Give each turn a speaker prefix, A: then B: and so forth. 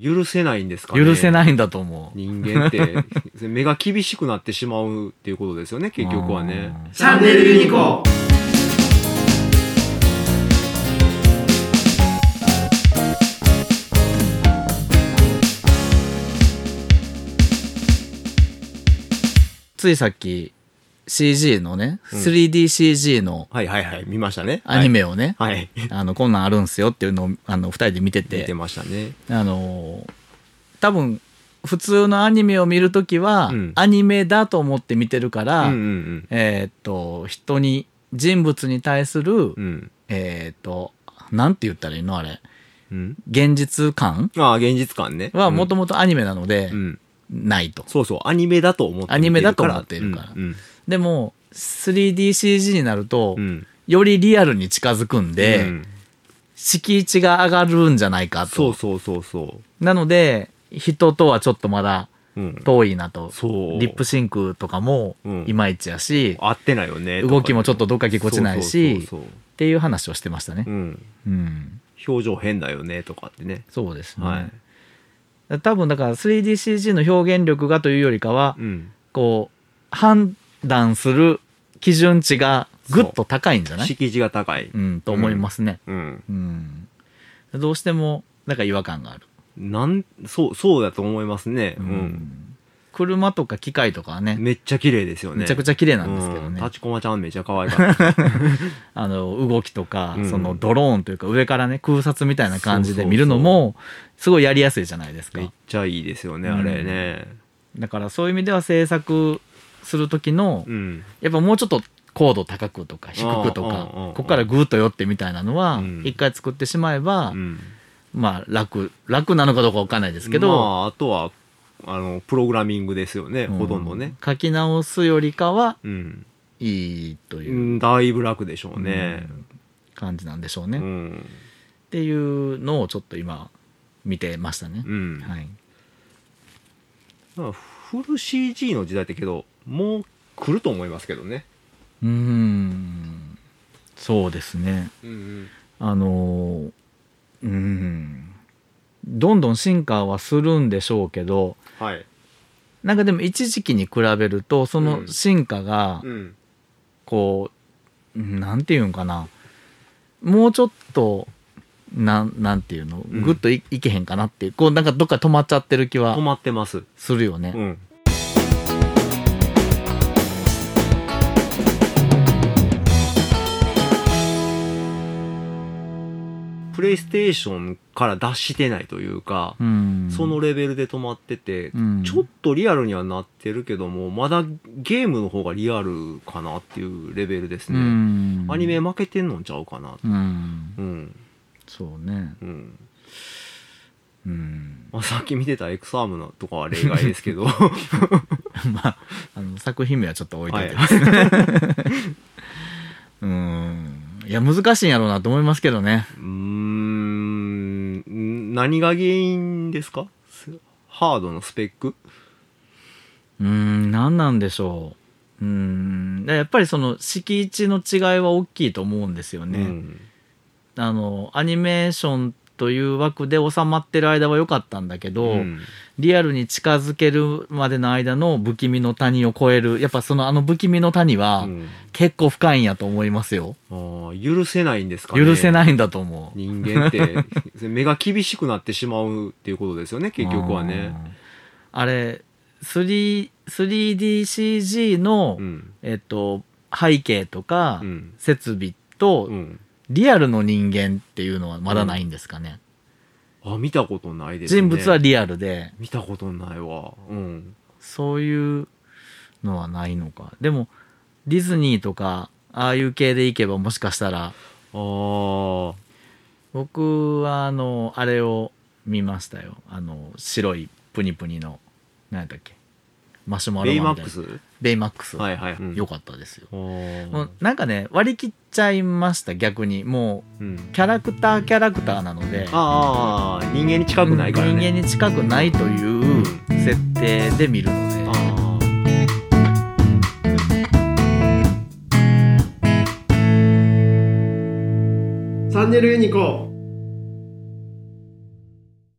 A: 許せないんですかね。
B: 許せ
A: い。
B: ないんだと思う。
A: 人間って、 目が厳しくなってしまうっていうことですよね、結局はね。
B: うん。
C: チャンネルユニコ
B: ついさっき CG のね、
A: うん
B: 3DCG の
A: はいはいはい、見ましたね。
B: アニメをね、
A: はい。はい。
B: あの、こんなんあるんすよっていうのを、あの、二人で見て
A: 見
B: て、
A: てましたね。
B: あのー多分、普通のアニメを見るときは、
A: うん
B: アニメだと思って見てるか
A: うん
B: ら、
A: うん
B: えーっと、人に、人物に対する、
A: うん。うん。
B: えーっと、なんて言ったらいいのあれ、
A: うん。
B: 現実感
A: ああ、現実感ね。
B: はもともとアニメなので、
A: うん、うん。
B: ないと。
A: そうそう、アニメだと思って見てるから。
B: アニメだと思ってるから
A: うん。
B: でも、3DCG になると、
A: うんうん。
B: よりリアルに近づくん
A: う
B: で、
A: ん
B: 敷地が上がるんじゃないかと。
A: そうそうそうそ
B: なので、人とはちょっとまだ
A: う。うん。
B: 遠いなと。
A: そう。
B: リップシンクとかも
A: うん
B: いまいちやし、
A: 合ってないよね。
B: 動きもちょっとどっかぎこちないし
A: そうそうそう
B: っていう話をしてましたね
A: そう。うん。
B: うん。
A: 表情変だよね、とかってね。
B: そうですね。
A: はい。
B: 多分だから 3DCG の表現力がというよりかは、
A: うん。
B: こう、判断する基準値がぐっと高いんじゃない
A: 敷地が高い。
B: うん、と思いますね。
A: うん。
B: うん。どうしても、なんか違和感がある。
A: なん、そう、そうだと思いますね。う。
B: うんん車とか機械とかはね、
A: めっちゃ綺麗ですよね。
B: めちゃく
A: ち
B: ちゃ綺麗なんですけどね、
A: 立ちこまちゃんめっちゃ可愛かった。
B: あの動きとか、
A: うん
B: そのドローンというか上からね空撮みたいな感じ
A: そうそう
B: で
A: そう
B: 見るのもすごいやりやすいじゃない ですか
A: めっちゃいいですよね、あれね。
B: だからそういう意味では制作する時の、
A: うん。
B: やっぱもうちょっと高度高くとか低くとか
A: うんうんうんうん
B: ここからグーッと寄ってみたいなのは
A: うん
B: 一回作ってしまえば、
A: うん。
B: まあ楽楽なのかどうかわかんないですけど、
A: まあ、あとは、あの、プログラミングですよね、
B: うん
A: ほとんどね。
B: 書き直すよりかは
A: うん。
B: いいと
A: う
B: いうん
A: だいぶ楽でしょうね。
B: 感じなんでしょうね、
A: う
B: っ
A: ん。
B: ていうのをちょっと今見てましたね、
A: うん。
B: はい、
A: まあフル CG の時代だけど、もう来ると思いますけどね。
B: うーんそうですね
A: うんうん。
B: あのーうーんどんどん進化はするんでしょうけど
A: はい。
B: なんかでも一時期に比べるとその進化が
A: うん。
B: こう、なんていうんかなもうちょっとなんなんていうの
A: うん
B: ぐっとい,、けへんかなっていうこうなんかどっか止まっちゃってる気
A: 止
B: は
A: まってます。
B: するよね。
A: うん。プレイステーションから脱してないというか、
B: うん
A: そのレベルで止まってて、
B: うん
A: ちょっとリアルにはなってるけども、まだゲームの方がリアルかなっていうレベルです
B: う
A: ね。
B: ん
A: アニメ負けてんのんちゃうかな。
B: うん
A: うん。
B: そうね
A: うん。
B: うん
A: まあ、さっき見てたエクサームのとかは例外ですけど。
B: まあ、あの作品名はちょっと置いといて、
A: は
B: うーんいや難しいんやろうなと思いますけどね
A: うーん、何が原因ですかすハードのスペック
B: うーん何なんでしょううーんやっぱりその敷地の違いは大きいと思うんですよね、
A: うん
B: あのアニメーションという枠で収まってる間は良かったんだけど、
A: うん
B: リアルに近づけるまでの間の不気味の谷を超えるやっぱそのあの不気味の谷は
A: うん
B: 結構深いんやと思いますよ、
A: あー許せないんですかね
B: 許せ
A: い。
B: ないんだと思う
A: 人間って、 目が厳しくなってしまうっていうことですよね、結局はね。
B: あー。あれ、3 3DCG の、
A: うん。
B: えっと、背景とか、
A: うん。
B: 設備と、
A: うん。
B: リアルの人間っていうのはまだないんですかね。
A: あ、見たことないですね。
B: 人物はリアルで、
A: 見たことないわ。うん。
B: そういうのはないのか。でも、ディズニーとか、ああいう系でいけばもしかしたら、
A: あー
B: 僕はあの、あれを見ましたよ。あの、白いプニプニの、何やったっけマシュマロ
A: ベイマ
B: マンみ
A: ッ
B: たい
A: ク
B: な
A: ス
B: ベイマックス。
A: はいはい。うん
B: 良かったですよ。
A: あー
B: もうなんかね、割り切っちゃいました、逆に。も
A: うん
B: う、キャラクターキャラクターなので、
A: あーあー、人間に近くないからね。
B: 人間に近くないという設定で見るの
A: あ
B: で、
C: チャンネルユニコ